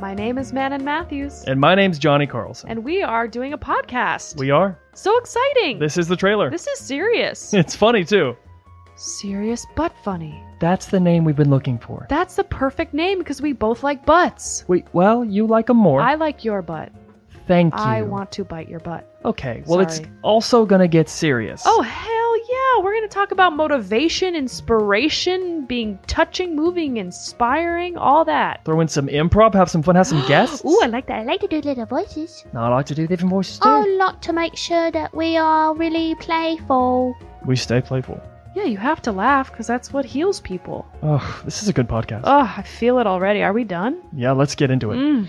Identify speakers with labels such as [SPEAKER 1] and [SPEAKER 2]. [SPEAKER 1] My name is Manon Matthews,
[SPEAKER 2] And my name's Johnny Carlson.
[SPEAKER 1] and we are doing a podcast.
[SPEAKER 2] we are.
[SPEAKER 1] so exciting!
[SPEAKER 2] This is the trailer.
[SPEAKER 1] This is serious.
[SPEAKER 2] it's funny too.
[SPEAKER 1] serious but funny.
[SPEAKER 2] That's the name we've been looking for.
[SPEAKER 1] That's the perfect name because we both like butts.
[SPEAKER 2] Wait, well, you like them more.
[SPEAKER 1] I like your butt.
[SPEAKER 2] Thank you.
[SPEAKER 1] I want to bite your butt.
[SPEAKER 2] Okay, well, it's
[SPEAKER 1] Sorry.
[SPEAKER 2] also gonna get serious.
[SPEAKER 1] Oh, hell yeah! We're going to talk about motivation, inspiration, being touching, moving, inspiring, all that.
[SPEAKER 2] Throw in some improv, have some fun, have some guests.
[SPEAKER 3] Ooh, I like that. I like to do little voices.
[SPEAKER 2] Now I like to do different voices too.
[SPEAKER 3] I
[SPEAKER 1] Oh.
[SPEAKER 3] like to make sure that we are really playful.
[SPEAKER 2] We stay playful.
[SPEAKER 1] Yeah, you have to laugh because that's what heals people.
[SPEAKER 2] Oh, this is a good podcast.
[SPEAKER 1] Ugh, I feel it already. Are we done?
[SPEAKER 2] yeah, let's get into it.
[SPEAKER 1] Mm.